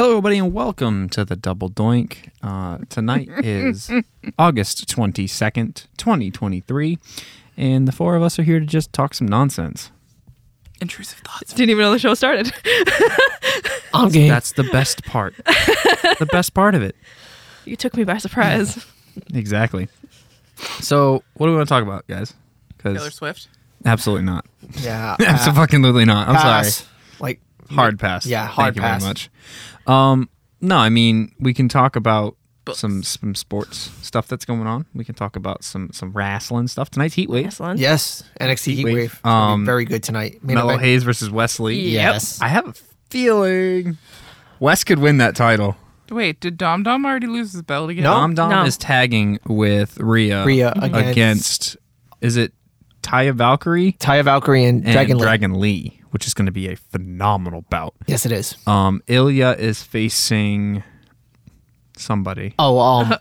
everybody, and welcome to the Double Doink. Uh, tonight is August 22nd, 2023, and the four of us are here to just talk some nonsense. Intrusive thoughts. Didn't even know the show started. I'm game. That's the best part. the best part of it. you took me by surprise. Exactly. So, what do we want to talk about, guys? Taylor Because Swift. absolutely not. Yeah. uh, Absolutely not. I'm pass. sorry. Like Hard pass. Yeah, Thank hard you pass. very much. Um, no, I mean we can talk about some some sports stuff that's going on. We can talk about some some wrestling stuff tonight's heat wave. Yes, Lon. yes, NXT Heat Wave. Wave. It's gonna be Um, very good tonight. Main Melo event. Hayes versus Wesley. Yeah. Yes. I have a feeling Wes could win that title. Wait, did Dom Dom already lose his belt again? No. Dom Dom No. is tagging with Rhea, Rhea against, against- is it Taya Valkyrie Taya Valkyrie and, and Dragon, Lee. Dragon Lee, which is going to be a phenomenal bout. Yes, it is. Um, Ilya is facing somebody. Oh, um,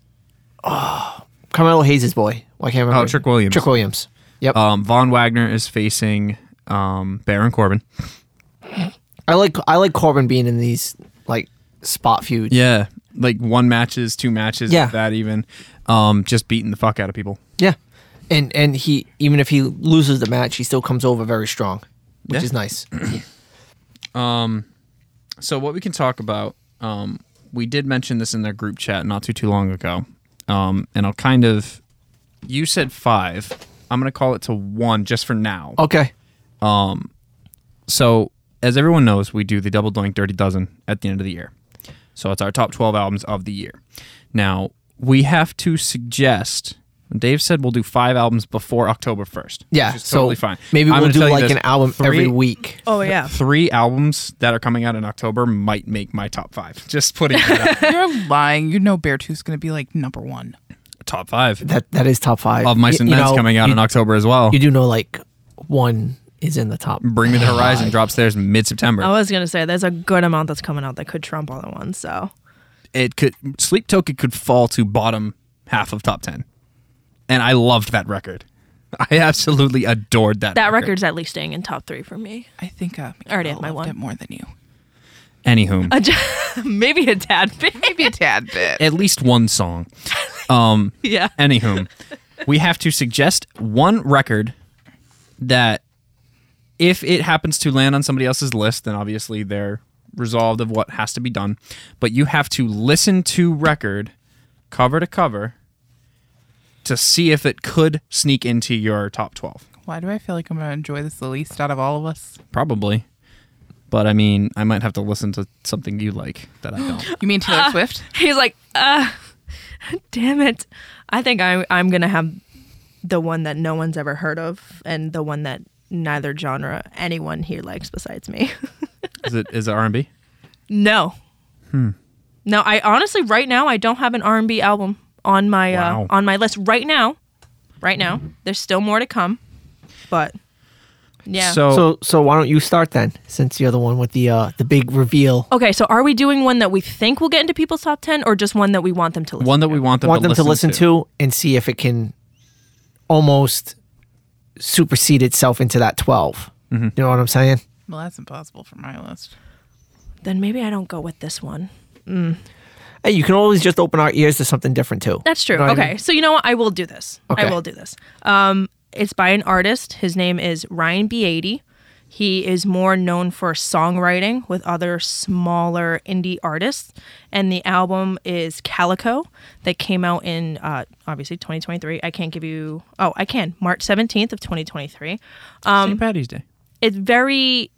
oh, Carmelo Hayes' boy. Why can't I remember? Oh, Trick Williams. Trick Williams. Yep. Um, Von Wagner is facing um, Baron Corbin. I like I like Corbin being in these like spot feuds. Yeah, like one matches, two matches, Yeah. if that even. Um, just beating the fuck out of people. Yeah. And and he even if he loses the match, he still comes over very strong, which Yeah. is nice. So what we can talk about, um, we did mention this in their group chat not too too long ago, um, and I'll kind of. You said five. I'm gonna call it to one just for now. Okay. So as everyone knows, we do the Double Doink Dirty Dozen at the end of the year. So it's our top 12 albums of the year. Now we have to suggest. Dave said we'll do five albums before October 1st. Yeah. which is so totally fine. Maybe I'm we'll gonna do tell you like this, an album every three- week. Oh yeah. Three albums that are coming out in October might make my top five. Just putting it out. You're lying. You know Beartooth's going to be like number one. top five. That that is top five. Of Mice and You- you Men's know, coming out you- in October as well. You do know like one is in the top. Bring Me the Horizon drops theirs mid September. I was gonna say there's a good amount that's coming out that could trump all the ones. So It could Sleep Token could fall to bottom half of top ten, and I loved that record. I absolutely adored that. that record's at least staying in top three for me. I think uh, I already have my loved one. it more than you. Anywho, A j- Maybe a tad bit. Maybe a Tad bit. at least one song. yeah. Anywho, we have to suggest one record that, if it happens to land on somebody else's list, then obviously they're resolved of what has to be done. But you have to listen to record cover to cover to see if it could sneak into your top 12. Why do I feel like I'm going to enjoy this the least out of all of us? Probably. But I mean, I might have to listen to something you like that I don't. You mean Taylor Swift? He's like, uh, damn it. I think I'm I'm gonna have the one that no one's ever heard of, and the one that neither genre anyone here likes besides me. Is it is it R&B? No. Hmm. No, I honestly right now I don't have an R and B album on my Wow. uh, on my list right now. Right now, there's still more to come, but yeah. So, So so why don't you start then? Since you're the one with the uh the big reveal. okay, so are we doing one that we think will get into people's top ten, or just one that we want them to listen? one that we want them, to, Want them listen to listen to and see if it can almost supersede itself into that 12 Mm-hmm. You know what I'm saying? Well, that's impossible for my list. Then maybe I don't go with this one. Hey, you can always just open our ears to something different too. That's true. You know what I okay, mean? so you know what? I will do this. I Okay. will do this. Um, it's by an artist. His name is Ryan B80. He is more known for songwriting with other smaller indie artists, and the album is Calico that came out in uh, obviously 2023. I can't give you. Oh, I can. March 17th of 2023. St. Patty's Day. It's very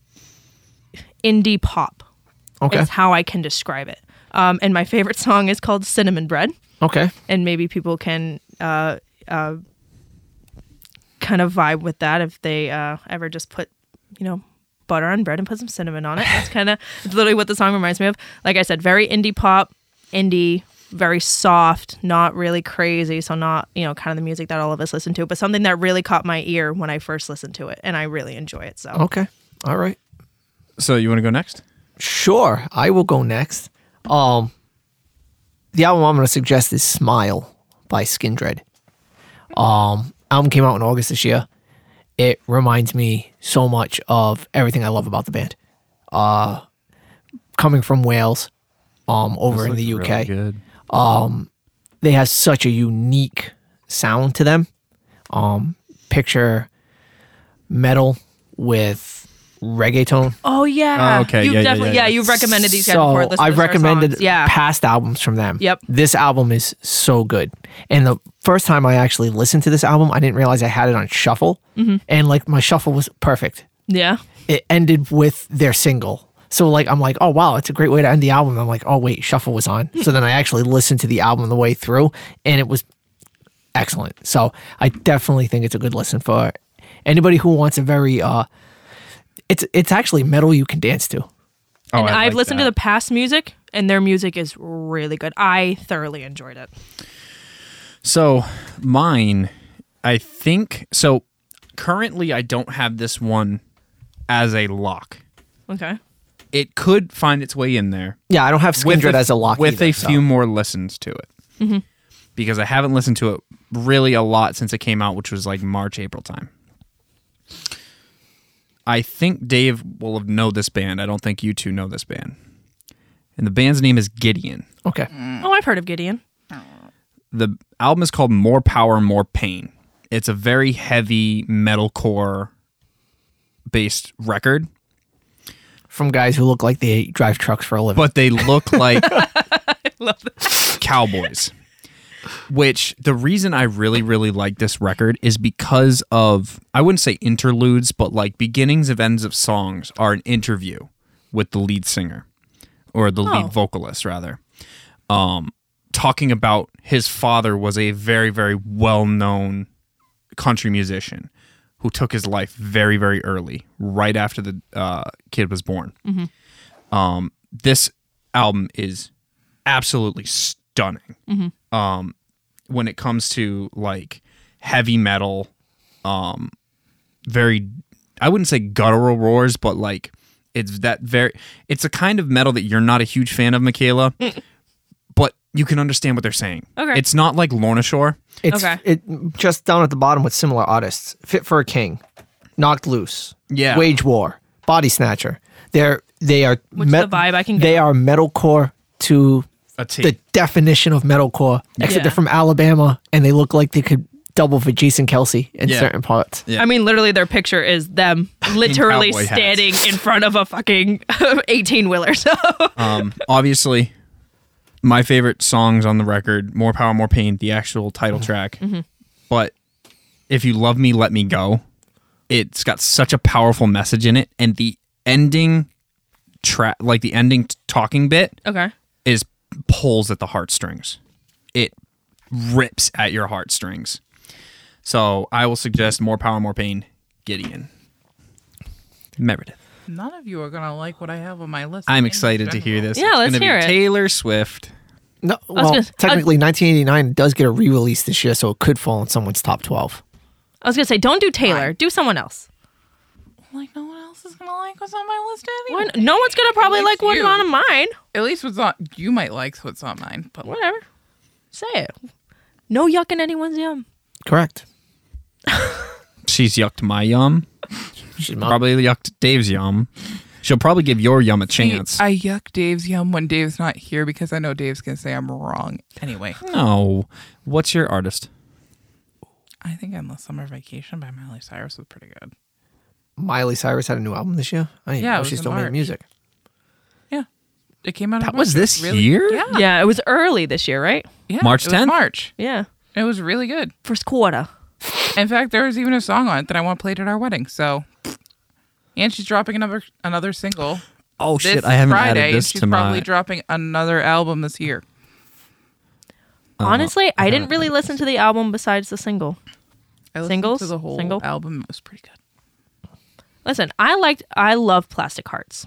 indie pop. Okay. Is how I can describe it. Um, and my favorite song is called Cinnamon Bread Okay. and maybe people can uh, uh, kind of vibe with that if they uh, ever just put, you know, butter on bread and put some cinnamon on it. That's kind of it's literally what the song reminds me of. Like I said, very indie pop, indie, very soft, not really crazy, so not you know kind of the music that all of us listen to, but something that really caught my ear when I first listened to it, and I really enjoy it. So Oh. Okay. All right. So you want to go next? Sure, I will go next. Um, the album I'm going to suggest is "Smile" by Skindred. Um, album came out in August this year. It reminds me so much of everything I love about the band. Uh, coming from Wales, um over in It's the really UK. good. they have such a unique sound to them. Um, picture metal with reggaeton. Oh yeah. Oh, okay. You Yeah, yeah, definitely yeah, yeah. you've recommended these guys so before. Listen to I've their recommended songs. Yeah. past albums from them. Yep. This album is so good. And the first time I actually listened to this album, I didn't realize I had it on shuffle. Mm-hmm. And like my shuffle was perfect. yeah. It ended with their single. So like I'm like, oh wow, it's a great way to end the album. I'm like, oh wait, shuffle was on. so then I actually listened to the album the way through and it was excellent. So I definitely think it's a good listen for anybody who wants a very uh it's it's actually metal you can dance to. Oh, and I I've like listened that. to the past music, and their music is really good. I thoroughly enjoyed it. So mine, I think. So currently, I don't have this one as a lock. Okay. It could find its way in there Yeah, I don't have Skindred as a lock. with either, a so. few more listens to it because I haven't listened to it really a lot since it came out, which was like March April time. I think Dave will have know this band. I don't think you two know this band, and the band's name is Gideon. Okay. Oh, I've heard of Gideon. the album is called More Power, More Pain. It's a very heavy metalcore based record, From guys who look like they drive trucks for a living. but they look like cowboys. Which the reason I really, really like this record is because of, I wouldn't say interludes, but like beginnings of ends of songs are an interview with the lead singer or the Oh. lead vocalist, rather. Um, talking about his father was a very, very well known country musician who took his life very, very early, right after the uh, kid was born. Um, this album is absolutely stunning. Um, when it comes to like heavy metal, um, very I wouldn't say guttural roars, but like it's that very it's a kind of metal that you're not a huge fan of, Michaela, but you can understand what they're saying. Okay. It's not like Lorna Shore. it's Okay. it just down at the bottom with similar artists. Fit for a King, Knocked Loose, Yeah. Wage War, Body Snatcher. They're they are Which is the vibe I can get. They are metalcore to A T. the definition of metalcore. Except Yeah. they're from Alabama and they look like they could double for Jason Kelsey in Yeah. certain parts. Yeah. I mean, literally, their picture is them literally cowboy hats. standing in front of a fucking 18 wheeler. So, Um, obviously, my favorite songs on the record: "More Power, More Pain," the actual title track. Mm-hmm. But if you love me, let me go. It's got such a powerful message in it, and the ending track, like the ending t- talking bit, okay. is pulls at the heartstrings. It rips at your heartstrings. So I will suggest "More Power, More Pain," Gideon Meredith. None of you are gonna like what I have on my list. I'm in excited to hear general. this. Yeah, It's let's gonna be hear it. Taylor Swift. No, well, gonna- I was- technically, 1989 does get a re-release this year, so it could fall in someone's top 12. I was gonna say, don't do Taylor, do someone else. Like no one else is gonna like what's on my list anyway. One, no one's gonna probably At least like what's you. on mine. At least what's on you might like what's on mine, but Whatever. Say it. No yuck in anyone's yum. Correct. She's yucked my yum. She's Oh. my- Probably yucked Dave's yum. She'll probably give your yum a See, chance. I yuck Dave's yum when Dave's not here because I know Dave's gonna say I'm wrong. Anyway, no. What's your artist? I think "Endless Summer Vacation" by Miley Cyrus was pretty good. Miley Cyrus had a new album this year. I didn't Yeah, it know was she in still made March. music. Yeah, it came out. in That March. was It this year? Yeah, Yeah, it was early this year, right? yeah, March it was 10th? March. Yeah. It was really good. First quarter. In fact, there was even a song on it that I want played at our wedding. So, and she's dropping another another single. Oh This shit! I haven't Friday, added and this she's to probably my. dropping another album this year. Uh-huh. Honestly, I didn't really listen to the album besides the single. I listened Singles? to the whole Single? album. It was pretty good. Listen, I liked I love Plastic Hearts.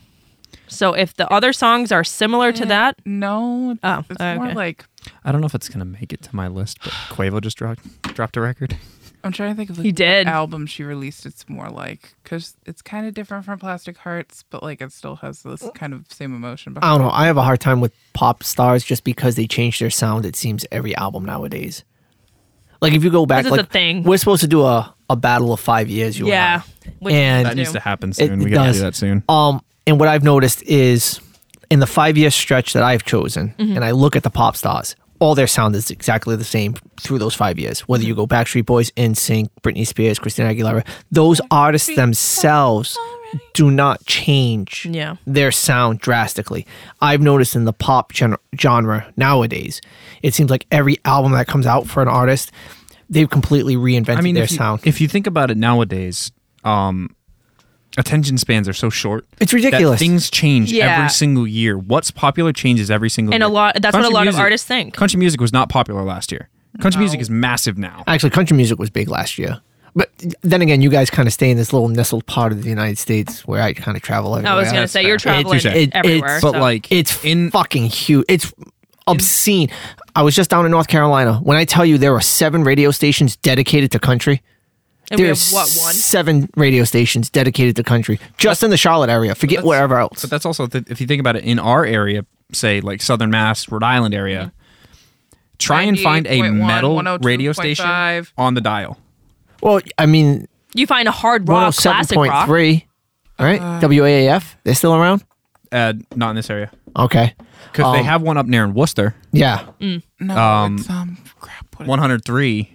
So if the other songs are similar Mm-hmm. to that, No, it's, Oh, it's more okay. like I don't know if it's gonna make it to my list, but Quavo just dropped dropped a record. I'm trying to think of like He did. what album she released. It's more like because it's kind of different from Plastic Hearts, but like it still has this kind of same emotion. I Behind don't know. I have a hard time with pop stars just because they change their sound. It seems every album nowadays. Like if you go back, This is like a thing. we're supposed to do a, a battle of five years. You yeah. and I. That we needs do. to happen It- soon. it we gotta does. do that soon. Um, and what I've noticed is in the five year stretch that I've chosen, and I look at the pop stars, all their sound is exactly the same through those five years. Whether you go Backstreet Boys, NSYNC, Britney Spears, Christina Aguilera, those artists themselves do not change Yeah. their sound drastically. I've noticed in the pop gen- genre nowadays, it seems like every album that comes out for an artist, they've completely reinvented I mean, their if you, sound. if you think about it nowadays, um, attention spans are so short. It's that ridiculous. things change Yeah. every single year. What's popular changes every single And year. a lot- that's what a lot of artists think. Country music was not popular last year. Country music is massive now. Actually, country music was big last year. But then again, you guys kind of stay in this little nestled part of the United States where I kind of travel everywhere. I was gonna that's say you're fair. It- traveling touche. It- it's- everywhere. but so- like It's in fucking huge. It's obscene. I was just down in North Carolina. When I tell you there are seven radio stations dedicated to country, and we have there's what one? seven radio stations dedicated to country just in the Charlotte area. Forget that's- wherever else. But that's also th- if you think about it in our area, say like Southern Mass, Rhode Island area. Try and find a 98.1, metal radio station 102.5. on the dial. well, I mean, You find a hard one hundred rock, Uh, seven classic point rock. three. All right, WAAF. They're still around. Uh, not in this area Okay. because they Um, have one up near in Worcester, Yeah. No, it's, um, crap. What is one hundred three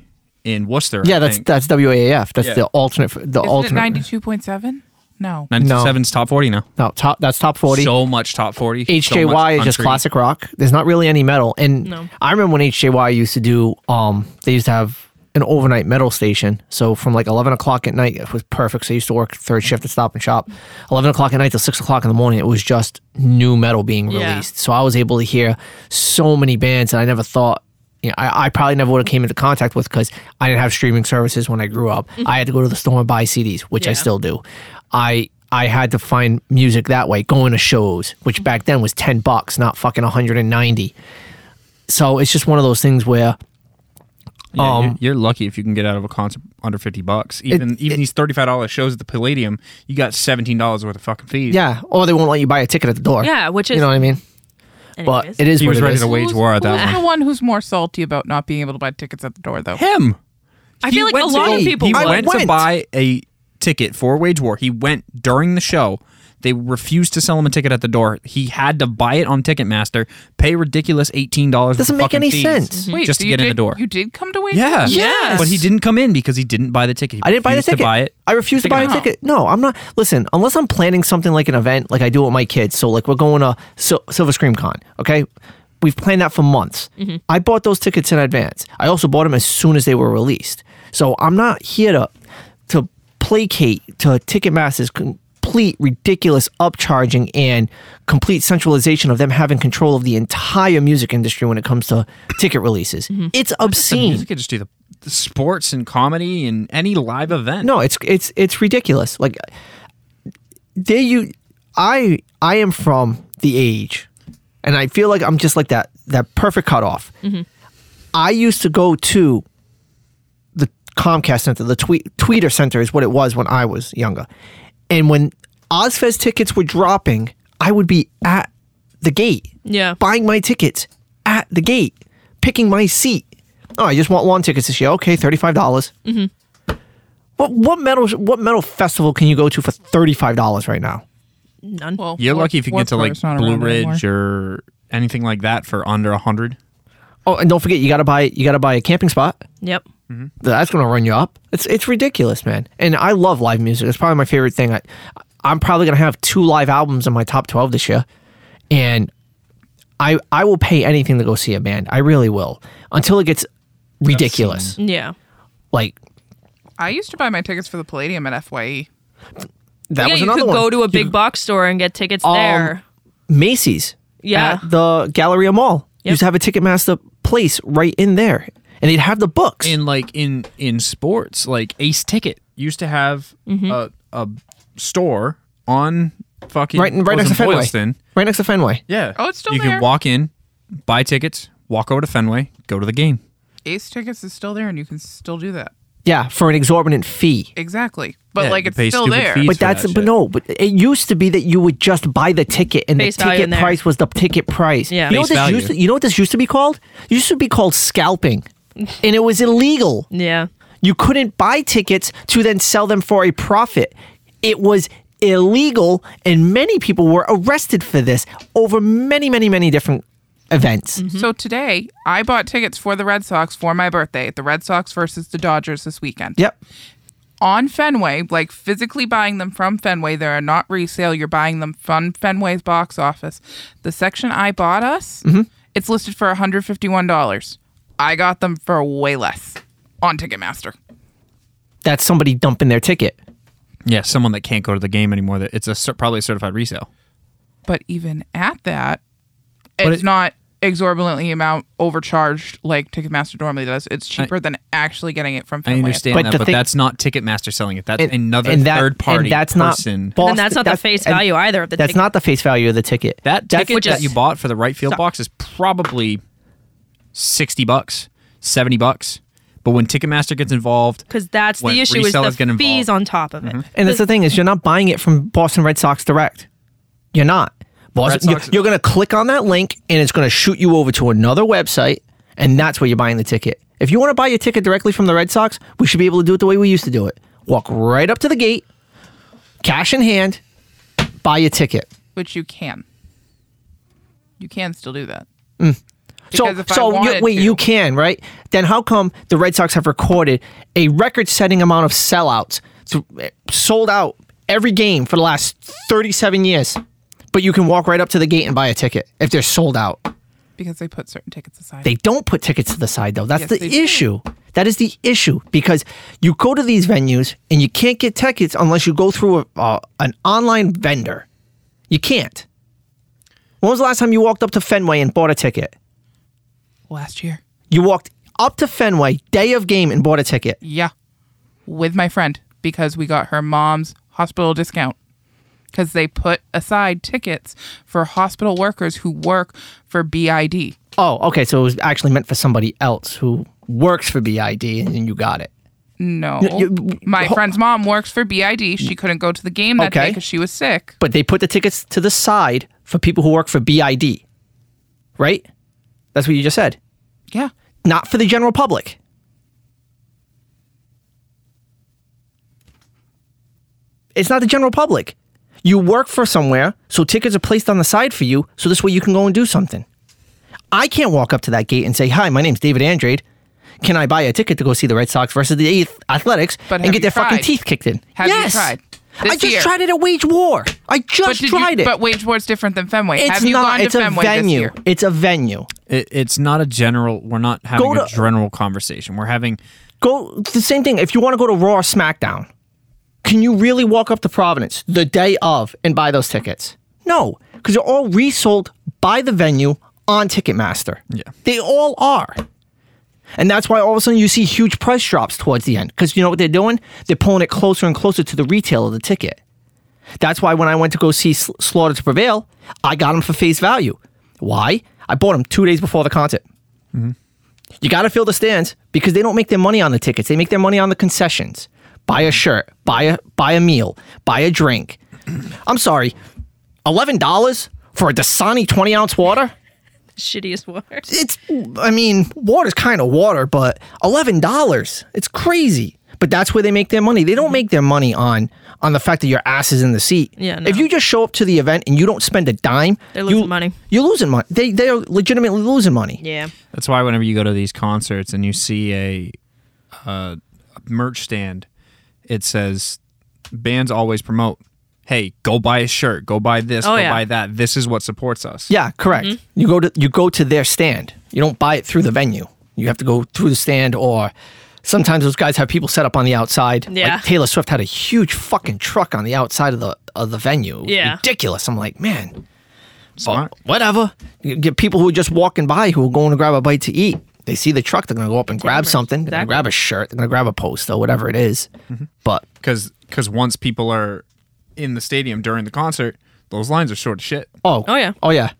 in Worcester. Yeah, that's that's WAAF. That's Yeah. the alternate. f- The Isn't alternate. it ninety-two point seven? No. ninety seven's top forty now. No, top. That's top forty. So much top forty. so HJY much is just country. classic rock. There's not really any metal. And No. I remember when HJY used to do. Um, they used to have an overnight metal station. So from like eleven o'clock at night, it was perfect. So I used to work third shift at Stop and Shop. Eleven o'clock at night till six o'clock in the morning, it was just new metal being Yeah. released. So I was able to hear so many bands that I never thought. You know, I, I probably never would have came into contact with because I didn't have streaming services when I grew up. I had to go to the store and buy CDs, which Mm-hmm. I Yeah. still do. I I had to find music that way, going to shows, Mm-hmm. which back then was ten bucks, not fucking one hundred and ninety. So it's just one of those things where Yeah, Um, you're, you're lucky if you can get out of a concert under fifty bucks. Even even these thirty five dollars shows at the Palladium, you got seventeen dollars worth of fucking fees. yeah, or they won't let you buy a ticket at the door. Yeah, which is- you know what I mean. But Anyways. it is he what was it ready is. to wage Who's- war at who's that the one. one who's more salty about not being able to buy tickets at the door, though? Him. I He feel like went a to lot go- of people He I would. went, to went. buy a ticket for Wage War. He went during the show. They refused to sell him a ticket at the door. He had to buy it on Ticketmaster, pay ridiculous eighteen dollars. Doesn't make any sense. Mhm. Wait, just so to you get in the did- door. You did come to wait. yeah, Yes. But he didn't come in because he didn't buy the ticket. He I didn't buy the refused to ticket. it. I refuse to buy a Ticket. ticket. No, I'm not. Listen, unless I'm planning something like an event, like I do with my kids. So, like, we're going to Sil- Silver Scream Con. Okay, we've planned that for months. I bought those tickets in advance. I also bought them as soon as they were released. So I'm not here to to placate to Ticketmaster's complete ridiculous upcharging and complete centralization of them having control of the entire music industry when it comes to ticket releases. It's obscene. You could just do the, the sports and comedy and any live event. No, it's it's it's ridiculous. Like they you I I am from the age and I feel like I'm just like that that perfect cutoff. I used to go to the Comcast Center, the tweet, Tweeter Center is what it was when I was younger. And when Ozfest tickets were dropping, I would be at the gate Yeah. buying my tickets at the gate, picking my seat. Oh, I just want lawn tickets this year. Okay, thirty-five dollars. Mm-hmm. What what metal what metal festival can you go to for thirty-five dollars right now? None. Well, You're War- lucky if you can get to Warped like Tour's not Blue around anymore. Ridge or anything like that for under a hundred. Oh, and don't forget you gotta buy you gotta buy a camping spot. Yep. hmm. That's gonna run you up. It's it's ridiculous, man. And I love live music. It's probably my favorite thing. I I'm probably gonna have two live albums in my top twelve this year, and I I will pay anything to go see a band. I really will until it gets ridiculous. Yeah. Like I used to buy my tickets for the Palladium at E. Fye. that yeah, was you another could one. go to a You- big box store and get tickets Um, there. Macy's. Yeah. At the Galleria Mall. Yep. Used to have a Ticketmaster place right in there. And they'd have the books. in like in in sports like ace ticket used to have Mm-hmm. a, a store on fucking right in, right was next to in Fenway. Boylston. Right next to Fenway. yeah Oh, it's still you there. can walk in buy tickets walk over to fenway go to the game Ace tickets is still there, and you can still do that. Yeah, for an exorbitant fee. Exactly, but Yeah, like you it's pay still stupid there. fees. But for that's that but shit. no, but it used to be that you would just buy the ticket and Face the value ticket in there. price was the ticket price. Yeah. You know what Face this used to, value. you know what this used to be called? It used to be called scalping. and it was illegal. yeah. You couldn't buy tickets to then sell them for a profit. It was illegal, and many people were arrested for this over many, many, many different Mm-hmm. events. Mm-hmm. So today, I bought tickets for the Red Sox for my birthday. The Red Sox versus the Dodgers this weekend. Yep. On Fenway, like physically buying them from Fenway. They are not resale. You're buying them from Fenway's box office. The section I bought us, Mm-hmm. it's listed for $151. I got them for way less on Ticketmaster. That's somebody dumping their ticket. Yeah, someone that can't go to the game anymore. That it's a cer- probably a certified resale. But even at that, But it's it- not exorbitantly amount overcharged like Ticketmaster normally does. It's cheaper than actually getting it from I Fenway. understand But that, the but thing- that's not Ticketmaster selling it. That's And- another and that- third party and that's not person. Boston- and that's not that's- the face and value either of the That's ticket. not the face value of the ticket. that That's- ticket that is- you bought for the right field box is probably sixty bucks, seventy bucks. But when Ticketmaster gets involved, because that's when the issue is resellers get the involved. fees on top of it. And that's the thing is, you're not buying it from Boston Red Sox direct. You're not. Red Boston, Sox- you're, going to click on that link, and it's going to shoot you over to another website, and that's where you're buying the ticket. If you want to buy your ticket directly from the Red Sox, we should be able to do it the way we used to do it. Walk right up to the gate, cash in hand, buy your ticket. which you can. You can still do that. So, Because if I so you, wanted wait, to- you can right? Then how come the Red Sox have recorded a record-setting amount of sellouts, so- sold out every game for the last 37 years, but you can walk right up to the gate and buy a ticket if they're sold out? because they put certain tickets aside. They don't put tickets to the side though. That's Yes, they the do. issue. That is the issue because you go to these venues and you can't get tickets unless you go through a, uh, an online vendor. You can't. When was the last time you walked up to Fenway and bought a ticket? last year. You walked up to Fenway day of game and bought a ticket. Yeah. With my friend because we got her mom's hospital discount. Because they put aside tickets for hospital workers who work for BID. Oh, okay. So it was actually meant for somebody else who works for BID, and then you got it. No. you- my ho- friend's mom works for BID. She couldn't go to the game that day Okay. because she was sick. But they put the tickets to the side for people who work for BID, right? That's what you just said. Yeah. Not for the general public. It's not the general public. You work for somewhere, so tickets are placed on the side for you, so this way you can go and do something. I can't walk up to that gate and say, "Hi, my name's David Andrade. Can I buy a ticket to go see the Red Sox versus the Ath- Athletics But and have get you their fucking tried? teeth kicked in?" Have you yes, tried? This I just year? tried it at Wage War. I But, just did you- tried it. but Wage War's different than Fenway. it's Have you not. gone to it's a Fenway this venue. year? It's a venue. It, it's not a general. We're not having Go a to- general conversation. We're having go it's the same thing. If you want to go to Raw or SmackDown, can you really walk up to Providence the day of and buy those tickets? No, because they're all resold by the venue on Ticketmaster. Yeah. They all are. And that's why all of a sudden you see huge price drops towards the end. Because you know what they're doing? They're pulling it closer and closer to the retail of the ticket. That's why when I went to go see Sl- Slaughter to Prevail, I got them for face value. Why? I bought them two days before the concert. You got to fill the stands because they don't make their money on the tickets. They make their money on the concessions. Buy a shirt, buy a buy a meal, buy a drink. I'm sorry, eleven dollars for a Dasani twenty ounce water. Shittiest water. It's I mean, water's kind of water, but eleven dollars. It's crazy. But that's where they make their money. They don't make their money on on the fact that your ass is in the seat. Yeah, no. If you just show up to the event and you don't spend a dime, They're losing you- money. You're losing money. They they are legitimately losing money. Yeah. That's why whenever you go to these concerts and you see a, uh, a merch stand, it says bands always promote. Hey, go buy a shirt. Go buy this. Oh, go yeah. buy that. This is what supports us. Yeah, correct. Mm-hmm. You go to you go to their stand. You don't buy it through the venue. You have to go through the stand or sometimes those guys have people set up on the outside. Yeah. Like Taylor Swift had a huge fucking truck on the outside of the of the venue. It was Yeah. Ridiculous. I'm like, man, Oh. Smart. whatever. You get people who are just walking by who are going to grab a bite to eat. They see the truck, they're gonna go up and grab something, they're gonna Exactly. grab a shirt, they're gonna grab a poster, whatever it is. But Because once people are in the stadium during the concert, those lines are short as shit. oh Oh, yeah. Oh yeah.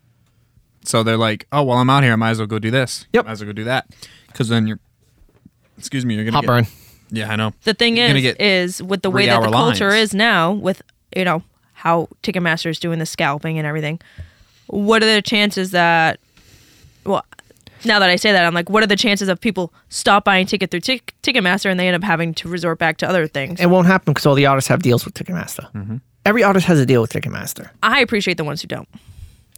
So they're like, oh well, I'm out here. I might as well go do this. Yep. Might as well go do that. Because then you're, excuse me, you're gonna Hot get- burn. Yeah, I know. The thing You're gonna is, get- is with the way that the three-hour culture lines. is now, with you know how Ticketmaster is doing the scalping and everything, what are the chances that? Well, now that I say that, I'm like, what are the chances of people stop buying ticket through Tick Ticketmaster and they end up having to resort back to other things? It won't happen because all the artists have deals with Ticketmaster. every artist has a deal with Ticketmaster. I appreciate the ones who don't.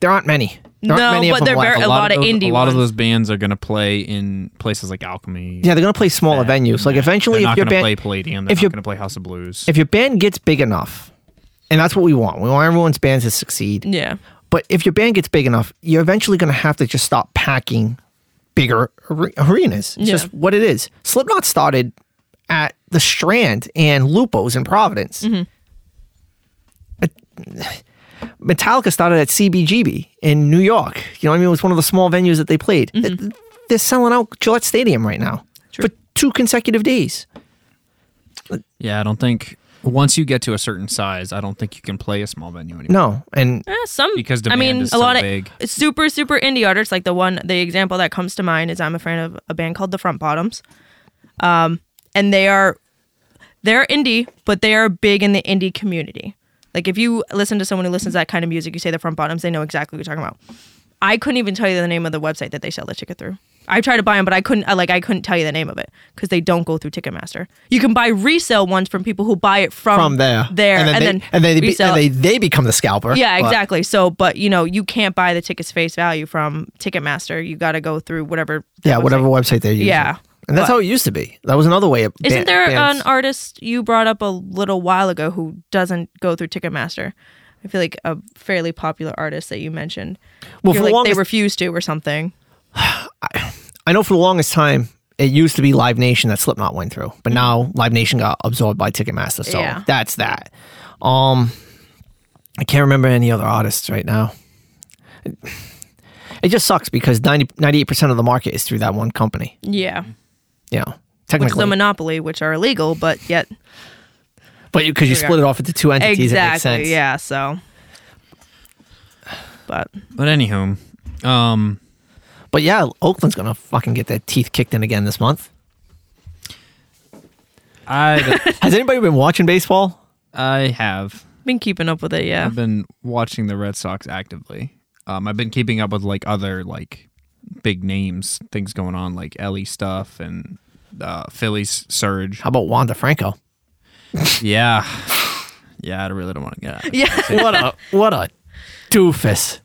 There aren't many. There No, aren't many but of them they're left. very- A lot of those, indie a lot of ones. those bands are going to play in places like Alchemy. yeah, they're gonna play smaller venues. Like eventually, they're not if your going to band, play Palladium. They're if not your- going to play House of Blues. if your band gets big enough, and that's what we want, we want everyone's bands to succeed. Yeah. But if your band gets big enough, you're eventually going to have to just stop packing bigger are- arenas. It's Yeah. just what it is. Slipknot started at the Strand and Lupo's in Providence. Mm-hmm. It- Metallica started at CBGB in New York. You know what I mean? It was one of the small venues that they played. Mm-hmm. Th- They're selling out Gillette Stadium right now for two consecutive days. yeah, I don't think once you get to a certain size, I don't think you can play a small venue anymore. No, and Eh, some Because I demand mean, is a so lot of big. super super indie artists. Like the one, the example that comes to mind is I'm a fan of a band called The Front Bottoms, um, and they are they're indie, but they are big in the indie community. Like if you listen to someone who listens to that kind of music, you say The Front Bottoms, they know exactly what you're talking about. I couldn't even tell you the name of the website that they sell the ticket through. I tried to buy them, but I couldn't. I, Like I couldn't tell you the name of it because they don't go through Ticketmaster. You can buy resale ones from people who buy it from from there, Um, there, and then they, and they, be- resell and it. they, they become the scalper. Yeah, but- exactly. So, but you know, you can't buy the tickets face value from Ticketmaster. You got to go through whatever. Yeah, website. whatever website they're using. Yeah, And that's but- how it used to be. That was another way. Of Isn't ban- there bands- an artist you brought up a little while ago who doesn't go through Ticketmaster? I feel like a fairly popular artist that you mentioned. Well, You're for the like, longest- they refuse to or something. I know for the longest time it used to be Live Nation that Slipknot went through, but now Live Nation got absorbed by Ticketmaster. So Mm-hmm. Yeah. that's that. Um, I can't remember any other artists right now. It just sucks because 98 percent of the market is through that one company. Yeah, You know, which is a technically, monopoly, which are illegal, but yet but because you, Yeah. split it off into two entities, it makes sense. exactly. Yeah, so. But But anywho, um, But yeah, Oakland's gonna fucking get their teeth kicked in again this month. I Has anybody been watching baseball? I have been keeping up with it. Yeah, I've been watching the Red Sox actively. Um, I've been keeping up with like other like big names, things going on like Ellie stuff and uh, Phillies surge. How about Wanda Franco? Yeah, yeah. I really don't want to get. Out. yeah. what a what a doofus.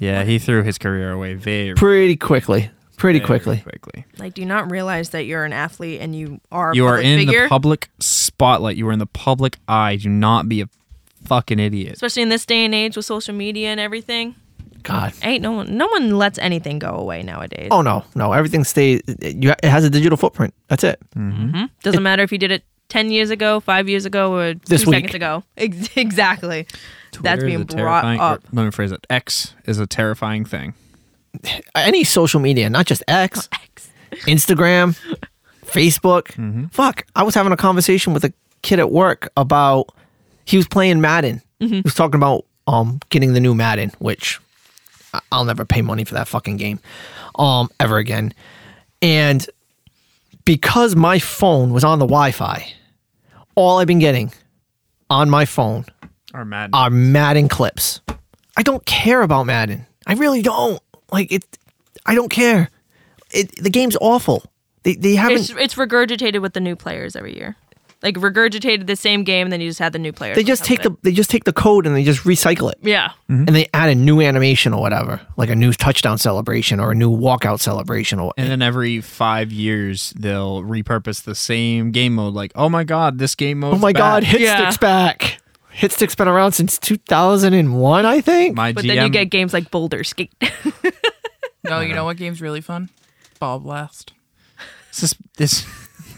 Yeah, he threw his career away very, Pretty quickly. Pretty very quickly. Quickly, Like, do you not realize that you're an athlete and you are a you are public in figure? the public spotlight. You are in the public eye. Do not be a fucking idiot. especially in this day and age with social media and everything. God. Ain't no one, no one lets anything go away nowadays. Oh no, no. Everything stays it you- it has a digital footprint. That's it. Doesn't matter if you did it ten years ago, five years ago, or This two week. seconds ago. Ex- exactly. Twitter That's is being a brought terrifying- up. or, let me phrase it. X is a terrifying thing. Any social media, not just X, Instagram, Facebook. Fuck. I was having a conversation with a kid at work about he was playing Madden. He was talking about um getting the new Madden, which I- I'll never pay money for that fucking game um ever again. And because my phone was on the Wi-Fi, all I've been getting on my phone Or mad. are Madden clips. I don't care about Madden. I really don't. Like it I don't care. It, the game's awful. They they haven't It's, it's regurgitated with the new players every year. Like regurgitated the same game, then you just had the new players. they just take the they just take the code and they just recycle it. yeah. Mm-hmm. And they add a new animation or whatever, like a new touchdown celebration or a new walkout celebration or And then every five years, they'll repurpose the same game mode. Like, oh my god, this game mode. Oh my god, Hit Yeah. Stick's back. Hit Stick's been around since 2001, I think. My But GM, then you get games like Boulder Skate. No, you know what game's really fun? Ball Blast. this this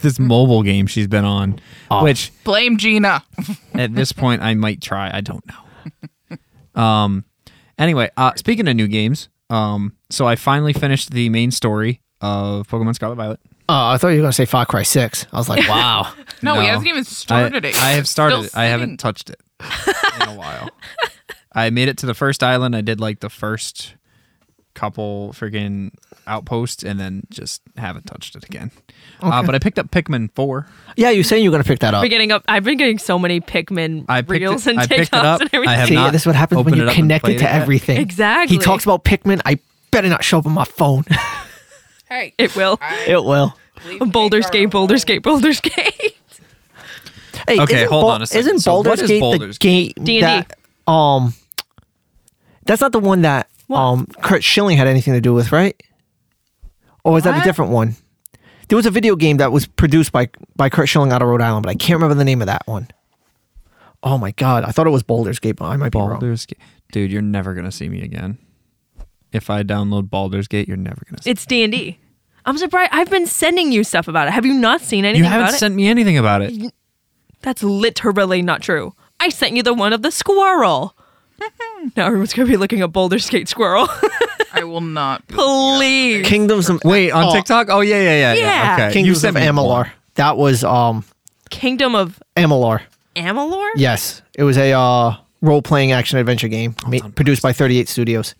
this mobile game she's been on, Ah. which Blame Gina. at this point I might try. I don't know. Um. Anyway, uh, speaking of new games, um, so I finally finished the main story of Pokemon Scarlet Violet. Oh, I thought you were gonna say Far Cry 6. I was like, wow. No, he No. hasn't even I, started it. I have It's still started. it. I haven't sitting. touched it in a while. I made it to the first island. I did like the first couple freaking outposts, and then just haven't touched it again. Uh, but I picked up Pikmin four. yeah, you're saying you're gonna pick that up. Been getting up. I've been getting so many Pikmin Oh. I picked reels it, and I TikToks picked it up. and everything. I have See, not this is what happens when opened you it up and connect played it to it yet. everything. Exactly. He talks about Pikmin. I better not show up on my phone. Hey, it will. it will. leave Boulder Hagar skate, boulder alone. skate, boulder skate. Hey, Okay, isn't hold Bal- on a second. Isn't So what Baldur's is Gate Baldur's the game D&D? that um? That's not the one that um Kurt Schilling had anything to do with, right? Or was that a What? different one? There was a video game that was produced by by Kurt Schilling out of Rhode Island, but I can't remember the name of that one. Oh my god, I thought it was Baldur's Gate, but I might be wrong. Baldur's Gate. Dude, you're never going to see me again. If I download Baldur's Gate, you're never going to see It's D and D. I'm surprised. I've been sending you stuff about it. Have you not seen You anything haven't about it? sent me anything about it. That's literally not true. I sent you the one of the squirrel. now everyone's gonna be looking at Boulder Skate Squirrel. I will not. be- Please. Kingdoms of Wait, on Oh, TikTok? Oh, yeah, yeah, yeah. Yeah. Okay. you Kingdoms of sent me Amalur. one. That was um Kingdom of Amalur. Amalur? Yes, it was a uh, role playing action adventure game ma- produced by 38 Studios.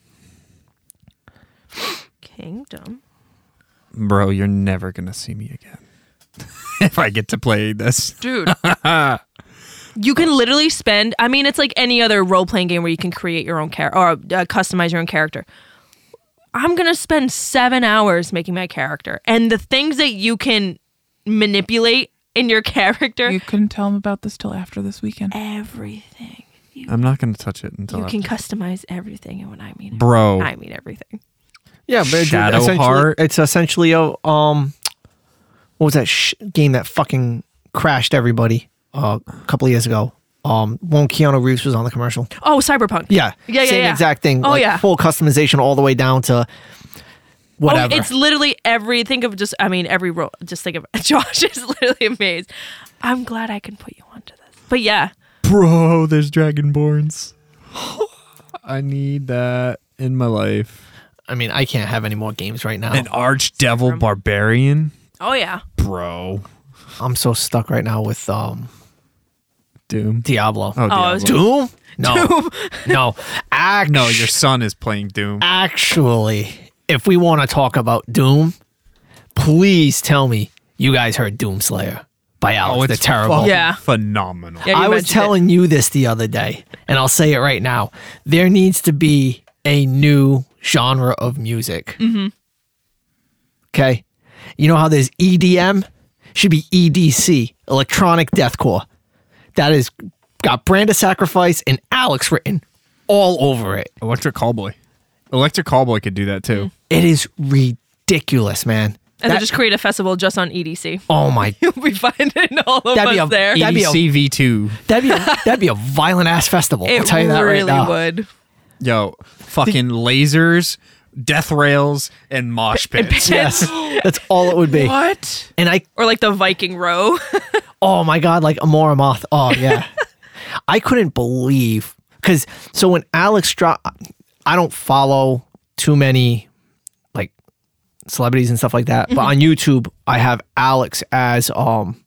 Kingdom. Bro, you're never going to see me again. if I get to play this. Dude, You can literally spend, I mean, it's like any other role playing game where you can create your own character or uh, customize your own character. I'm going to spend seven hours making my character. And the things that you can manipulate in your character, you couldn't tell him about this till after this weekend. Eh, everything. I'm not going to touch it until You I- can customize everything. And when I mean, Bro. I mean everything. Yeah, but it's Shadow essentially- Heart. It's essentially a um, what was that sh- game that fucking crashed everybody uh, a couple of years ago? Um, when Keanu Reeves was on the commercial. Oh, Cyberpunk. Yeah, Yeah, yeah, same yeah. exact thing. Oh, like, yeah. full customization all the way down to whatever. Oh, it's literally every. Think of just. I mean, every role. Just think of Josh is literally amazed. I'm glad I can put you onto this. But yeah, Bro, there's Dragonborns. I need that in my life. I mean, I can't have any more games right now. An archdevil barbarian? oh yeah, Bro. I'm so stuck right now with um Doom. Diablo. Oh, I was Diablo. Doom? No, no. Act- No, your son is playing Doom. actually, if we want to talk about Doom, please tell me you guys heard Doom Slayer by Alex the Terrible. fucking Yeah. Phenomenal. Ah. Yeah, you I was mentioned it. telling you this the other day, and I'll say it right now. There needs to be a new genre of music. Mm-hmm. Okay. You know how there's EDM? Should be EDC, electronic deathcore. That is got Brand of Sacrifice and Alex written all over it. Electric Callboy. Electric Callboy could do that too. Mm. It is ridiculous, man. And That- they just create a festival just on EDC. oh my, we find it in all of That'd be us a- there. That'd be a- EDC V2. that'd be a, that'd be a violent ass festival. it I'll tell you that really right now. would. Yo, fucking lasers, death rails, and mosh pits. Yes, that's all it would be. what? And I, Or like the Viking row. oh my god, like Amora Moth. Oh yeah, I couldn't believe because so when Alex dropped, I don't follow too many like celebrities and stuff like that, but on YouTube I have Alex as um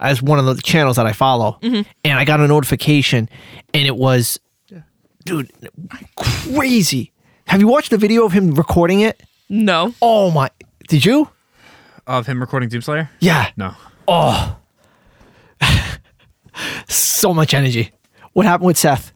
as one of the channels that I follow, and I got a notification, and it was, dude, crazy. Have you watched the video of him recording it? no. Oh my! Did you? Of him recording Doom Slayer? Yeah. No. So much energy. What happened with Seth?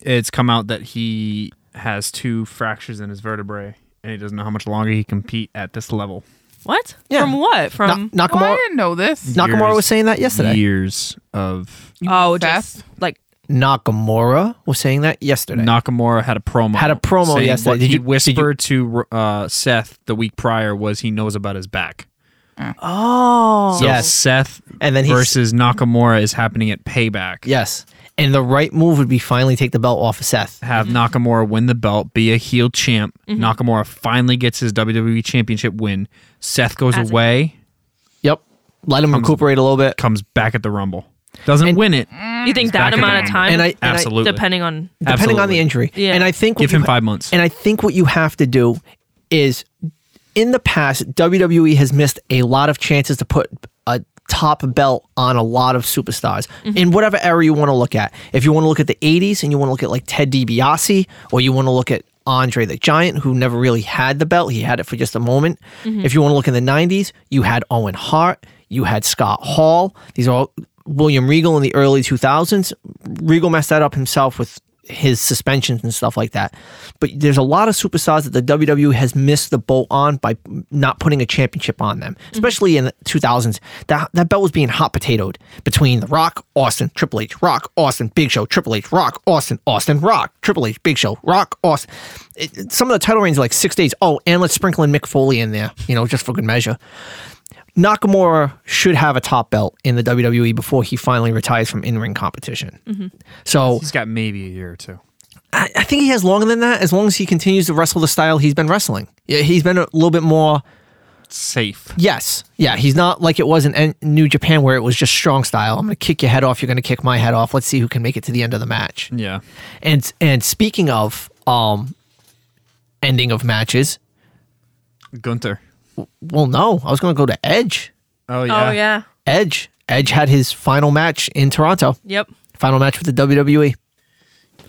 It's come out that he has two fractures in his vertebrae and he doesn't know how much longer he can compete at this level. What? Yeah. From Um, what? From Na- Well, I Nakamura. didn't know this. Nakamura Years. was saying that yesterday. Years of oh, Fast. just like Nakamura was saying that yesterday. Nakamura had a promo. Had a promo saying yesterday. What Did he you- did whispered to uh, Seth the week prior was he knows about his back. oh So Yes. Seth And then he's- versus Nakamura is happening at Payback. yes. And the right move would be finally take the belt off of Seth. have Nakamura win the belt, be a heel champ. Mm-hmm. Nakamura finally gets his WWE championship win. Seth goes As a- away, Yep. Let him recuperate a little bit. comes back at the Rumble. Doesn't And- win it. you think back that in the amount of game. time? And I and I- Absolutely. Depending on depending on Absolutely. the injury. Yeah. And I think what Give you him ha- five months. And I think what you have to do is in the past, WWE has missed a lot of chances to put a top belt on a lot of superstars in whatever era you want to look at. If you want to look at the 80s and you want to look at like Ted DiBiase or you want to look at Andre the Giant, who never really had the belt, he had it for just a moment. If you want to look in the 90s, you had Owen Hart, you had Scott Hall. These are all William Regal in the early 2000s. Regal messed that up himself with his suspensions and stuff like that. But there's a lot of superstars that the WWE has missed the boat on by not putting a championship on them, especially in the 2000s. That that belt was being hot potatoed between The Rock, Austin, Triple H, Rock, Austin, Big Show, Triple H, Rock, Austin, Austin, Rock, Triple H, Big Show, Rock, Austin. It- it- some of the title reigns are like six days. Oh, and let's sprinkle in Mick Foley in there, you know, just for good measure. Nakamura should have a top belt in the WWE before he finally retires from in ring competition. So He's got maybe a year or two. I, I think he has longer than that as long as he continues to wrestle the style he's been wrestling. Yeah, he's been a little bit more. Safe. Yes. Yeah, he's not like it was in N- New Japan where it was just strong style. I'm going to kick your head off. You're going to kick my head off. Let's see who can make it to the end of the match. Yeah. And and speaking of um ending of matches, Gunther. well, no, I was going to go to Edge. Oh yeah. Oh yeah. Edge. Edge had his final match in Toronto. Yep. Final match with the E. WWE.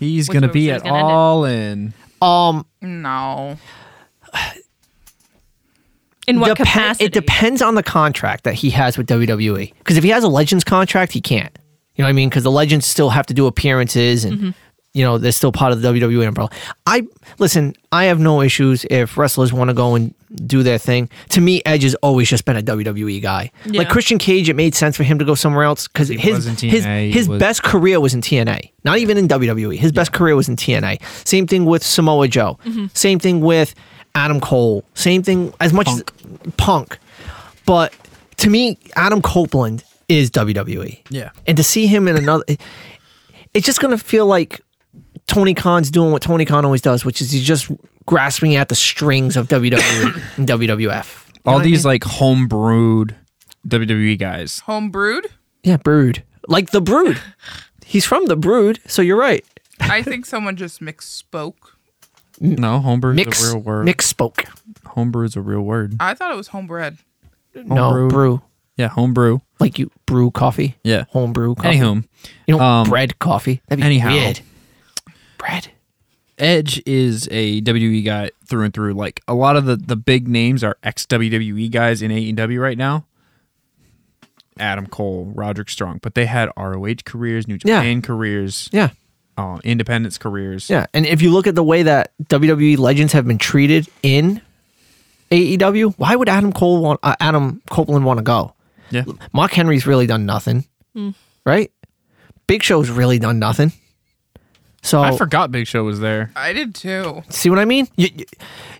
He's Which gonna way be was he at gonna end it? all in. Um, No. In what depen- capacity? It depends on the contract that he has with WWE. Because if he has a Legends contract, he can't. You know what I mean? Because the Legends still have to do appearances, Mm-hmm. and you know they're still part of the WWE umbrella. I listen. I have no issues if wrestlers want to go and do their thing. To me, Edge has always just been a WWE guy. Yeah. Like Christian Cage, it made sense for him to go somewhere else because his was in his TNA, he his was- best career was in TNA, not even in WWE. His best career was in TNA. Same thing with Samoa Joe. Same thing with Adam Cole. Same thing as much as Punk. But to me, Adam Copeland is WWE. Yeah. And to see him in another, it- it's just gonna feel like Tony Khan's doing what Tony Khan always does, which is he's just grasping at the strings of WWE and WWF. All these like homebrewed WWE guys. Home brewed? Yeah, Brood. Like the Brood. He's from the Brood, so you're right. I think someone just misspoke. No, homebrew Mix, is a real word. mix spoke. Homebrew is a real word. I thought it was homebred. no, Homebrew. brew. Yeah, homebrew. Like you brew coffee. Yeah. Home brew coffee. Anywho, You know, um, bread coffee. That'd be anyhow. weird. Bread. Edge is a WWE guy through and through. Like a lot of the the big names are ex WWE guys in AEW right now. Adam Cole, Roderick Strong, but they had ROH careers, New Yeah. Japan careers, Yeah. uh, independence careers. Yeah. And if you look at the way that WWE legends have been treated in AEW, why would Adam Cole want uh, Adam Copeland want to go? yeah. Mark Henry's really done nothing. Hmm. Right? Big Show's really done nothing. So I forgot Big Show was there. I did too. see what I mean? You, you,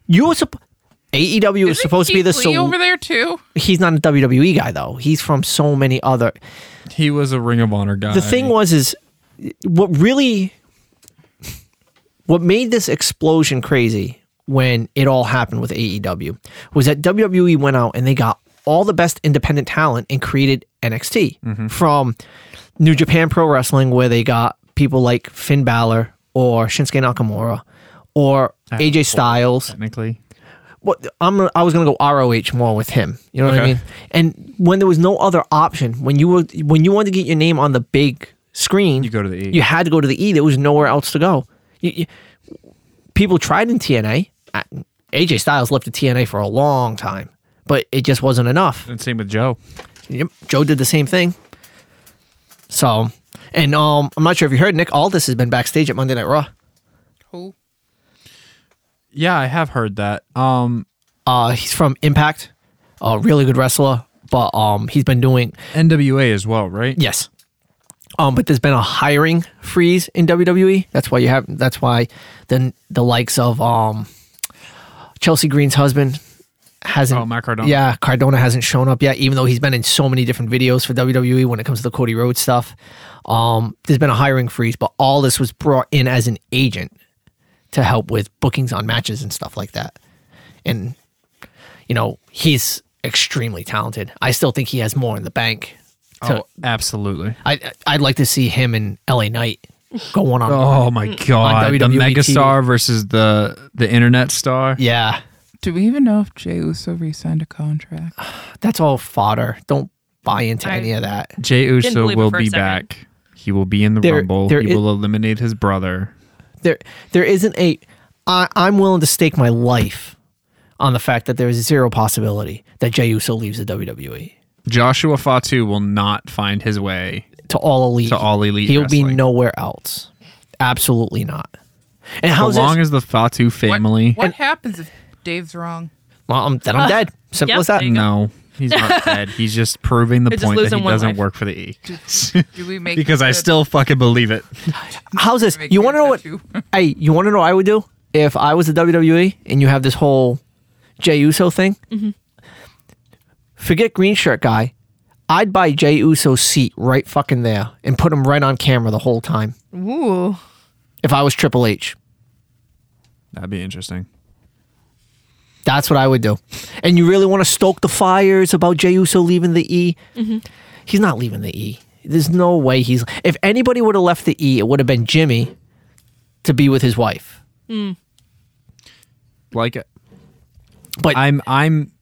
you were supp- AEW is Isn't supposed to be Keith the Lee sol- over there too. he's not a WWE guy though. He's from so many other. He was a Ring of Honor guy. The thing was is what really what made this explosion crazy when it all happened with AEW was that WWE went out and they got all the best independent talent and created NXT from New Japan Pro Wrestling where they got people like Finn Balor or Shinsuke Nakamura or AJ Styles technically. what I'm I was gonna go ROH more with him. You know what I Okay. mean? And when there was no other option, when you were when you wanted to get your name on the big screen, You go to the E. You had to go to the E. There was nowhere else to go. You, you, people tried in TNA. I- AJ Styles left the TNA for a long time, but it just wasn't enough. And same with Joe. Yep, Joe did the same thing. So, and um, I'm not sure if you heard Nick Aldis has been backstage at Monday Night Raw. Who? Yeah, I have heard that. Um, Uh, he's from Impact, a really good wrestler, but um, he's been doing NWA as well, right? Yes. Um, but there's been a hiring freeze in WWE. That's why you have. That's why the the likes of um, Chelsea Green's husband hasn't. Oh, Matt Cardona. Yeah, Cardona hasn't shown up yet, even though he's been in so many different videos for WWE when it comes to the Cody Rhodes stuff. Um, there's been a hiring freeze, but all this was brought in as an agent to help with bookings on matches and stuff like that. And you know he's extremely talented. I still think he has more in the bank. To, Oh, absolutely. I I'd like to see him and LA Knight go one on one. Oh my god, the WWE TV. megastar versus the the internet star. Yeah, Do we even know if Jay Uso re-signed a contract? that's all fodder. Don't buy into I- any of that. Jay Uso believe it will for a be second. back. He will be in the There- rumble. there he is- will eliminate his brother. There there isn't a. I, I'm willing to stake my life on the fact that there is zero possibility that Jey Uso leaves the E WWE Joshua Fatu will not find his way to all elite. to all elite. He'll be wrestling. nowhere else. Absolutely not. And how's As long long as the Fatu family. What, what happens if Dave's wrong? well, I'm, then I'm dead. Simple yep, as that. there you go. No, he's not dead. He's just proving the They're just point that losing he one doesn't life. work for the E. Do we make Because I the- still fucking believe it. How's this? Make You me want to know what? tattoo. hey, you want to know what I would do if I was the WWE and you have this whole Jey Uso thing? Forget green shirt guy. I'd buy Jey Uso's seat right fucking there and put him right on camera the whole time Ooh. if I was Triple H. That'd be interesting. That's what I would do. And you really want to stoke the fires about Jey Uso leaving the E? He's not leaving the E. There's no way he's. If anybody would have left the E, it would have been Jimmy to be with his wife. Like, But I'm I'm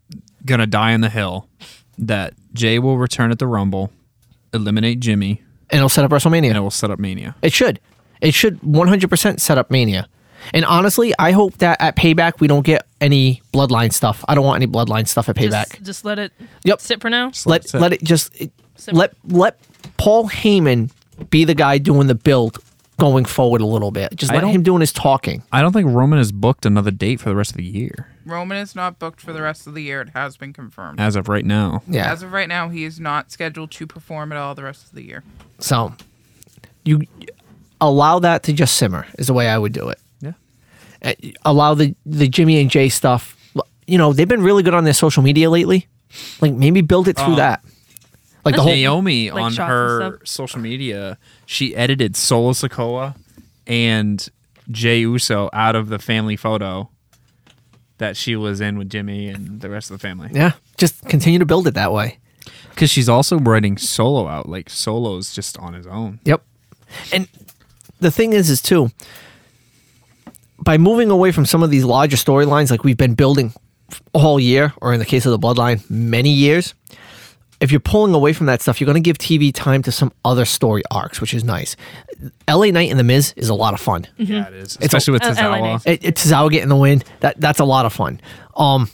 gonna die on the hill that Jay will return at the Rumble, eliminate Jimmy, and it'll set up WrestleMania. and it will set up Mania. It should. It should 100% set up Mania. And honestly, I hope that at Payback we don't get any Bloodline stuff. I don't want any Bloodline stuff at Payback. Just, just let it Yep. sit for now. let That's it. let it just it- Simple. let let Paul Heyman be the guy doing the build going forward a little bit. Just I let don't- him doing his talking. I don't think Roman has booked another date for the rest of the year Roman is not booked for the rest of the year. It has been confirmed. as of right now. Yeah. As of right now, he is not scheduled to perform at all the rest of the year. So you allow that to just simmer is the way I would do it. Yeah. Uh, Allow the the Jimmy and Jay stuff. You know, they've been really good on their social media lately. Like maybe build it through Oh. that. Like the whole Naomi Like on shots and her stuff. social media, she edited Solo Sokoa and Jay Uso out of the family photo that she was in with Jimmy and the rest of the family. Yeah, just continue to build it that way. Because she's also writing Solo out, like Solo's just on his own. Yep. And the thing is, is too, by moving away from some of these larger storylines, like we've been building all year, or in the case of the Bloodline, many years. If you're pulling away from that stuff, you're going to give TV time to some other story arcs, which is nice. LA Knight and The Miz is a lot of fun. Yeah, it is. Especially with L- LA Tazawa. Nation. It, it's Tozawa getting the win. That that's a lot of fun. Um,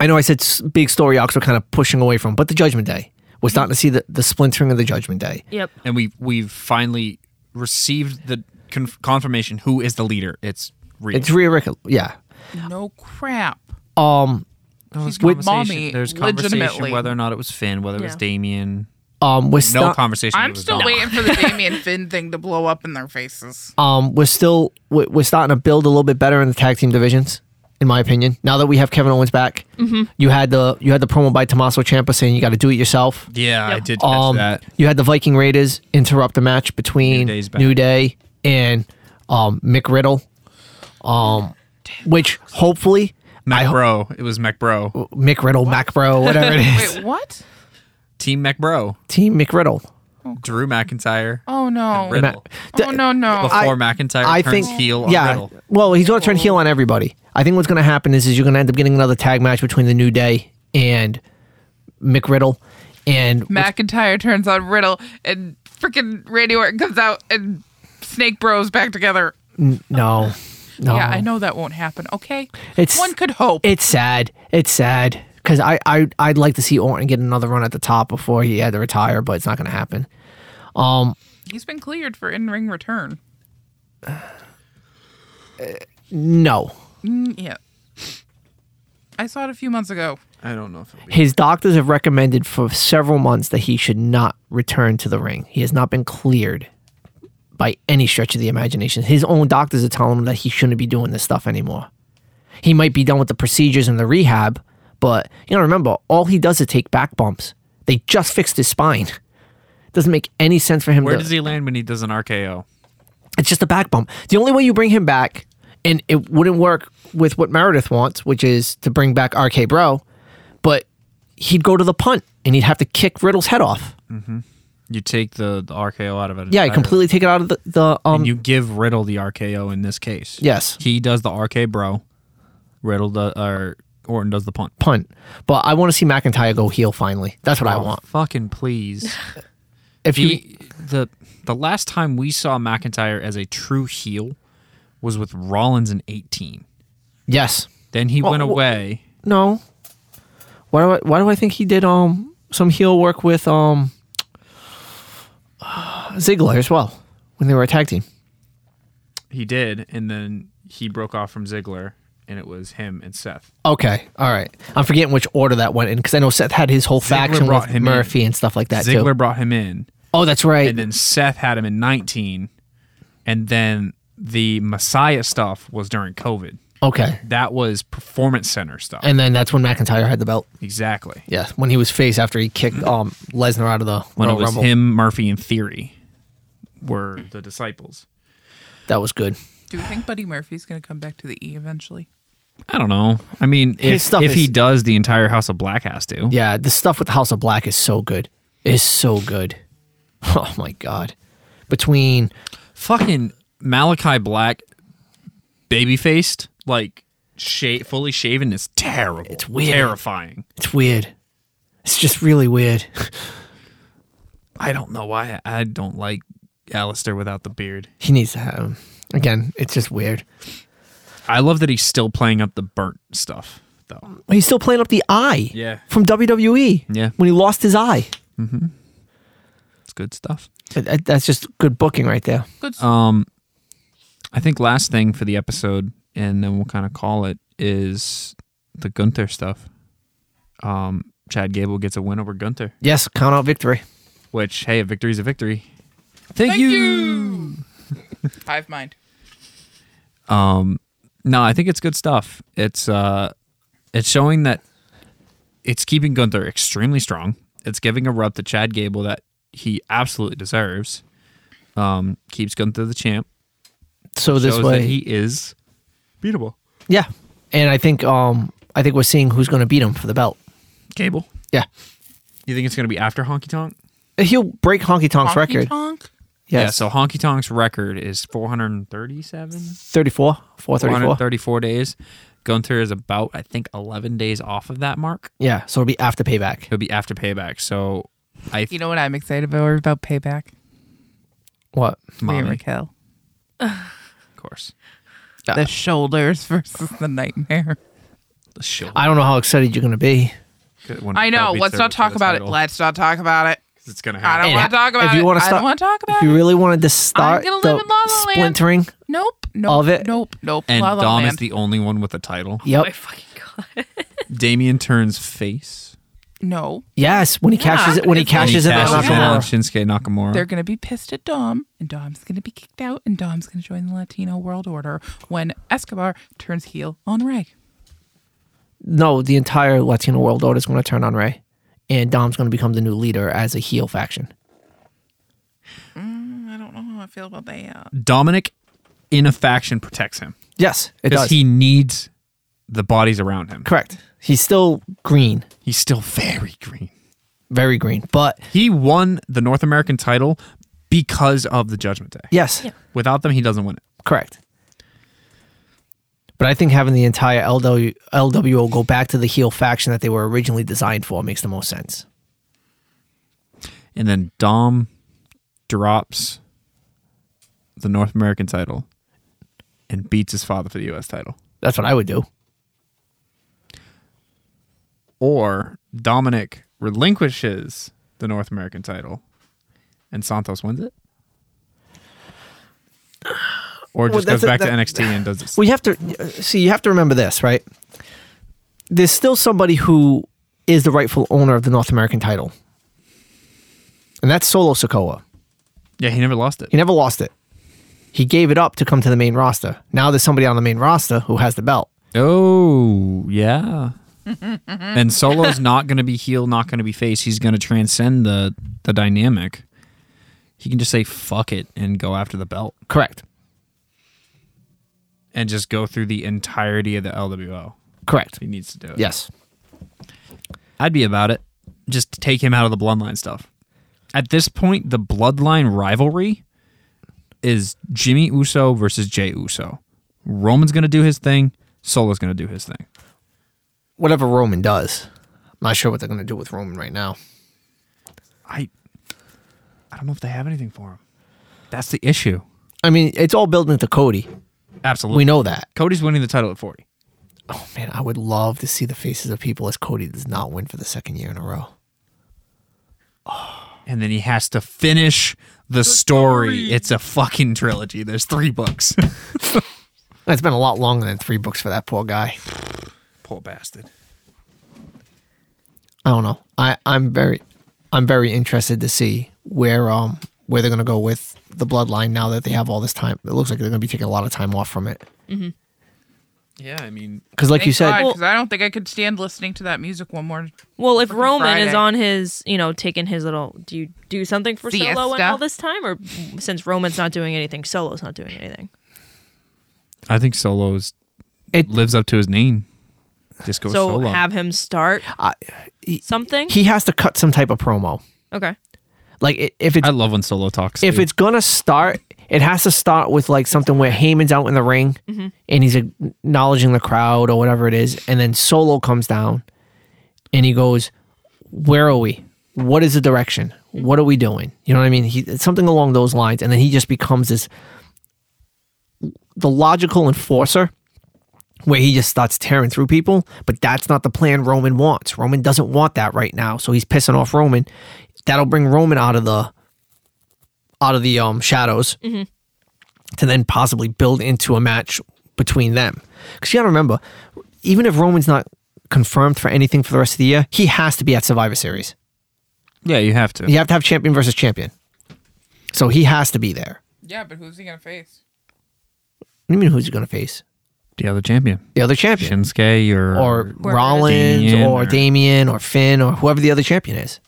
I know I said s- big story arcs are kind of pushing away from, but the Judgment Day. We're starting to see the, the splintering of the Judgment Day. Yep. and we we've finally received the conf- confirmation who is the leader. It's real. It's Rhea Ripley. Yeah. No crap. Um, There's with Oh, conversation- mommy, There's conversation legitimately. whether or not it was Finn, whether it was Yeah. Damien. um, we're No still conversation. it I'm was still Dom. waiting for the Damien Finn thing to blow up in their faces. um, we're still we're, we're starting to build a little bit better in the tag team divisions, in my opinion. Now that we have Kevin Owens back, Mm-hmm. you had the you had the promo by Tommaso Ciampa saying you got to do it yourself. Yeah, I Yep. did catch Um, that. you had the Viking Raiders interrupt the match between New Day's back. New Day and um, Mick Riddle, um, which hopefully I Mac ho- Oh. Bro. It was Mac Bro. Mick Riddle, Mac Bro, whatever it is, Wait, what? Team Mac Bro. Team Mick Riddle. Drew McIntyre. Oh no. Riddle. Oh no no. Before McIntyre I turns think heel on yeah. Riddle. Well, he's going to turn heel on everybody. I think what's going to happen is, is you're going to end up getting another tag match between the New Day and Mick Riddle, and McIntyre turns on Riddle and freaking Randy Orton comes out and Snake Bros back together. no, no. Yeah, I know that won't happen. Okay. It's- one could hope. It's sad. It's sad because I, I I'd like to see Orton get another run at the top before he had to retire, but it's not going to happen. He's been cleared for in ring return. No, Mm, yeah. I saw it a few months ago. I don't know if it'll be. his doctors have recommended for several months that he should not return to the ring. He has not been cleared by any stretch of the imagination. His own doctors are telling him that he shouldn't be doing this stuff anymore. He might be done with the procedures and the rehab, but you know, remember, all he does is take back bumps. They just fixed his spine. Doesn't make any sense for him Where to does he land when he does an RKO? it's just a back bump. The only way you bring him back, and it wouldn't work with what Meredith wants, which is to bring back RK Bro, but he'd go to the punt and he'd have to kick Riddle's head off. You take the, the RKO out of it. Yeah, he entirely. completely take it out of the, the um. And you give Riddle the RKO in this case. yes, He does the RK bro. Riddle the or Orton does the punt. punt. But I want to see McIntyre go heel finally. That's what I want. Fucking please. If you He- the the last time we saw McIntyre as a true heel was with Rollins in 18. yes, Then he went well- away. no. Why do I why do I think he did um some heel work with um Ziggler as well when they were a tag team? He did, and then he broke off from Ziggler, and it was him and Seth. Okay, all right. I'm forgetting which order that went in because I know Seth had his whole faction brought with him in. Murphy and stuff like that Ziggler too. brought him in, Oh, that's right. and then Seth had him in 19, and then the Messiah stuff was during COVID. okay, That was Performance Center stuff. and then that's when McIntyre had the belt. exactly. Yeah, when he was face after he kicked um Lesnar out of the When Royal it was Rumble. him, Murphy, and Theory were the disciples. That was good. Do you think Buddy Murphy's going to come back to the E eventually? I don't know. I mean, His if, stuff if he is- does, the entire House of Black has to. Yeah, the stuff with the House of Black is so good. It's so good. Oh my god. Between Fucking Malachi Black, baby faced, like sha- fully shaven, is terrible. It's weird. Terrifying. it's weird. It's just really weird. I don't know why I I don't like Alistair without the beard. he needs to have him. Again, it's just weird. I love that he's still playing up the burnt stuff, though. He's still playing up the eye. Yeah. From WWE. Yeah. When he lost his eye. It's good stuff. That- that- That's just good booking right there. Good. Um, I think last thing for the episode, and then we'll kind of call it, is the Gunther stuff. Um, Chad Gable gets a win over Gunther, Yes, count out victory. which hey, a victory's a victory. Thank, Thank you. you. Hive mind. Um, no, I think it's good stuff. It's uh, it's showing that it's keeping Gunther extremely strong. It's giving a rub to Chad Gable that he absolutely deserves. Um, keeps Gunther the champ. So this shows way that he is beatable. Yeah. And I think um I think we're seeing who's gonna beat him for the belt. Gable. Yeah. You think it's going to be after Honky Tonk? Uh, He'll break Honky Tonk's Honky record. Tonk? Yeah, Yes. so Honky Tonk's record is 437, 34, 434. 434 days. Gunther is about, I think, 11 days off of that mark. Yeah, so it'll be after payback. He'll be after payback. So I You think know what I'm excited about, about payback? What? Rhea Mommy, Raquel. of course. Uh, The shoulders versus the nightmare. The show. I don't know how excited you're gonna be. When I know. Bell beats Let's her not for talk the about title. it. Let's not talk about it. It's going to I happen. don't want to talk about if you it. wanna I stop- don't want to talk about If you it. really wanted to start gonna live the in La La Land. splintering, Nope. Nope. All of it? Nope. Nope. And La La Dom is Land. the only one with a title. Oh my yep, fucking god. Damien turns face. no. yes. When he cashes it, when he it's like- And he cashes it, cashes on in on Nakamura. Shinsuke Nakamura. They're going to be pissed at Dom, and Dom's going to be kicked out, and Dom's going to join the Latino world order when Escobar turns heel on Ray. no, the entire Latino world order is going to turn on Ray, and Dom's going to become the new leader as a heel faction. I don't know how I feel about that. Dominic in a faction protects him Yes, it because does. he needs the bodies around him. Correct. He's still green, He's still very green. very green, but He won the North American title because of the Judgment Day. yes, Without them, he doesn't win it. correct. But I think having the entire LW, LWO go back to the heel faction that they were originally designed for makes the most sense. And then Dom drops the North American title and beats his father for the U.S. title. That's what I would do. Or Dominic relinquishes the North American title and Santos wins it. Or Well, just that's goes a- back that- to NXT and does it. Well, you have to uh, see. You have to remember this, right? There's still somebody who is the rightful owner of the North American title, and that's Solo Sokoa. yeah, he never lost it. He never lost it. He gave it up to come to the main roster. Now there's somebody on the main roster who has the belt. Oh, yeah. and Solo's not going to be heel, not going to be face. He's going to transcend the the dynamic. He can just say fuck it and go after the belt Correct. and just go through the entirety of the LWO. Correct. He needs to do it. Yes. I'd be about it. Just to take him out of the bloodline stuff. At this point, the bloodline rivalry is Jimmy Uso versus Jay Uso. Roman's going to do his thing, Solo's going to do his thing. Whatever Roman does, I'm not sure what they're going to do with Roman right now. I I don't know if they have anything for him. That's the issue. I mean, it's all building into Cody. Absolutely. We know that. Cody's winning the title at 40. Oh man, I would love to see the faces of people as Cody does not win for the second year in a row. and then he has to finish the, story. It's a fucking trilogy. There's three books. That's been a lot longer than three books for that poor guy. Poor bastard. I don't know. I I'm very I'm very interested to see where um where they're gonna go with the bloodline now that they have all this time. It looks like they're gonna be taking a lot of time off from it. Yeah, I mean, Because like you said, because I don't think I could stand listening to that music one more. Well, if Roman Friday. is on his, you know, taking his little, do you do something for solo and Siesta. all this time, or since Roman's not doing anything, solo's not doing anything? I think Solo's It- lives up to his name. Just go so solo. have him start I- something. he has to cut some type of promo. okay. Like i- if it's I love when Solo talks. if dude. it's gonna start, it has to start with like something where Heyman's out in the ring and he's acknowledging the crowd or whatever it is, and then Solo comes down and he goes, "Where are we? What is the direction? What are we doing?" You know what I mean? He it's something along those lines, and then he just becomes this the logical enforcer where he just starts tearing through people, but that's not the plan Roman wants. Roman doesn't want that right now, so he's pissing off Roman. That'll bring Roman out of the out of the um shadows to then possibly build into a match between them. Because you got to remember, even if Roman's not confirmed for anything for the rest of the year, he has to be at Survivor Series. yeah, you have to. You have to have champion versus champion, so he has to be there. Yeah, but who's he gonna face? What do you mean? Who's he going to face? The other champion, The other champion. Shinsuke or or Or Rollins Damien or or- Damien or Finn or whoever the other champion is.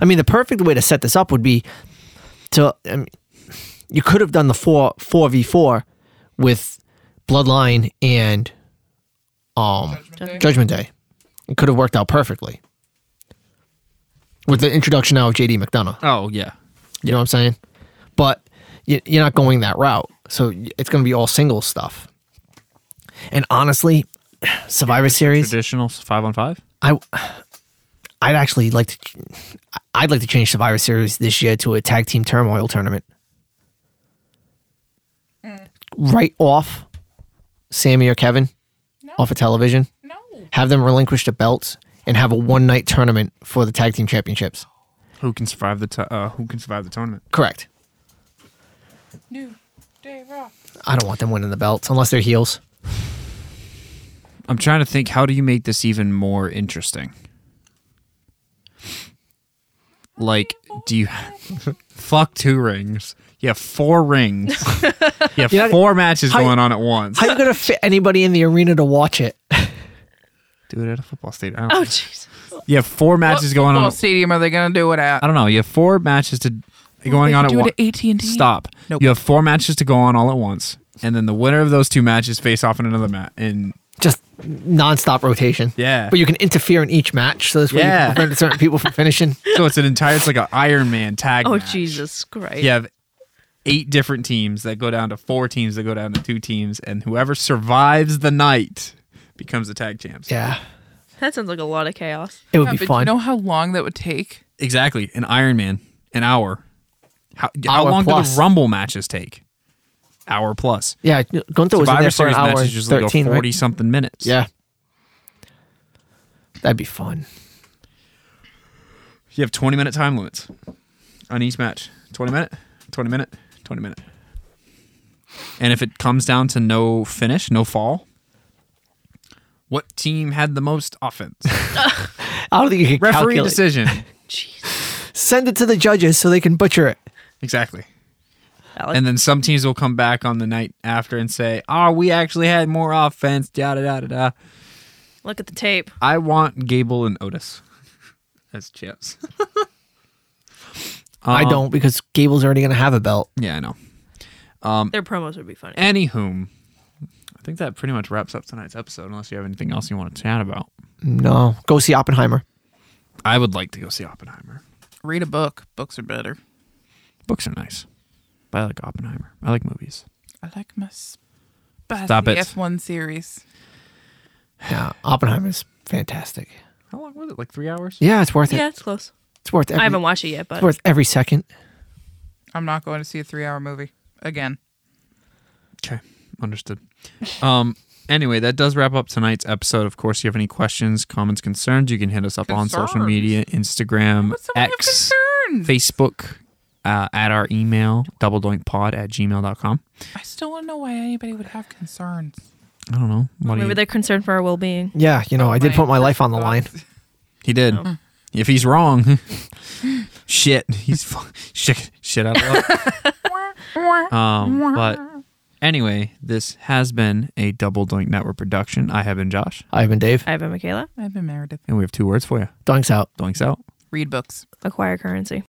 I mean, the perfect way to set this up would be to I mean, you could have done the four four v four with Bloodline and um Judgment Day? Judgment Day. It could have worked out perfectly with the introduction now of JD McDonough. oh yeah, You know what I'm saying? But y- you're not going that route. So y- it's going to be all single stuff. And honestly, Survivor Series, traditional five on five. I I'd actually like to I'd like to change Survivor Series this year to a tag team turmoil tournament. Mm. Right off Sammy or Kevin off of television, No, have them relinquish the belts and have a one night tournament for the tag team championships. Who can survive the t- uh, Who can survive the tournament? Correct. New Day Raw. I don't want them winning the belts unless they're heels. I'm trying to think. How do you make this even more interesting? Like, do you fuck two rings? You have four rings. You have You're not- four matches How- going on at once. How you gonna fit anybody in the arena to watch it? Do it at a football stadium. Oh Oh. jeez. You have four matches going on. What stadium are they gonna do it at? I don't know. You have four matches to going on at do once. it at AT&T. Stop. Nope. You have four matches to go on all at once, and then the winner of those two matches face off in another match. And Just nonstop rotation. Yeah. But you can interfere in each match, so this way Yeah. you can prevent certain people from finishing. so it's an entire. It's like an Iron Man tag. Oh match. Jesus Christ. You have eight different teams that go down to four teams that go down to two teams, and whoever survives the night becomes the tag champs. Yeah. That sounds like a lot of chaos. It would Yeah, be but do fun. you know how long that would take? Exactly. An Iron Man, an hour. How, how Hour long do plus. the Rumble matches take? Hour plus. yeah, Gunther was in Survivor there for an Series hour matches and usually thirteen. go right? forty something minutes. Yeah, that'd be fun. You have 20 minute time limits on each match 20 minute, 20 minute, 20 minute. And if it comes down to no finish, no fall, what team had the most offense? I don't think you can Referee calculate. decision. Send it to the judges so they can butcher it. Exactly. Alex. And then some teams will come back on the night after and say, oh, we actually had more offense, da da da da da. Look at the tape. I want Gable and Otis as champs. I Um, don't because Gable's already gonna have a belt. Yeah, I know. um, Their promos would be funny. Anywho, I think that pretty much wraps up tonight's episode, unless you have anything else you want to chat about. No, go see Oppenheimer. I would like to go see Oppenheimer. Read a book. Books are better. Books are nice, but I like Oppenheimer. I like movies. I like my spicy Stop it. F1 series. Yeah, Oppenheimer's fantastic. How long was it? Like three hours? Yeah, it's worth it. yeah, it's close. It's worth. Every, I haven't watched it yet, but It's worth every second. I'm not going to see a three-hour movie again. Okay, understood. Um. Anyway, that does wrap up tonight's episode. Of course, if you have any questions, comments, concerns, you can hit us up on social Concerns. media, Instagram, What's the X, concern? fun. Facebook, uh, at our email, doubledoinkpod at gmail.com. I still don't know why anybody would have concerns. I don't know. What do Maybe you, they're concerned for our well being. Yeah, you know, I did My put my life on the line. thoughts. he did. If he's wrong, shit. He's fu- shit, shit out of luck. Um, but anyway, this has been a Double Doink Network production. I have been Josh, I've been Dave. I have a Michaela. I've been Meredith. and we have two words for you. Dunks out. Doinks out. Read books. Acquire currency.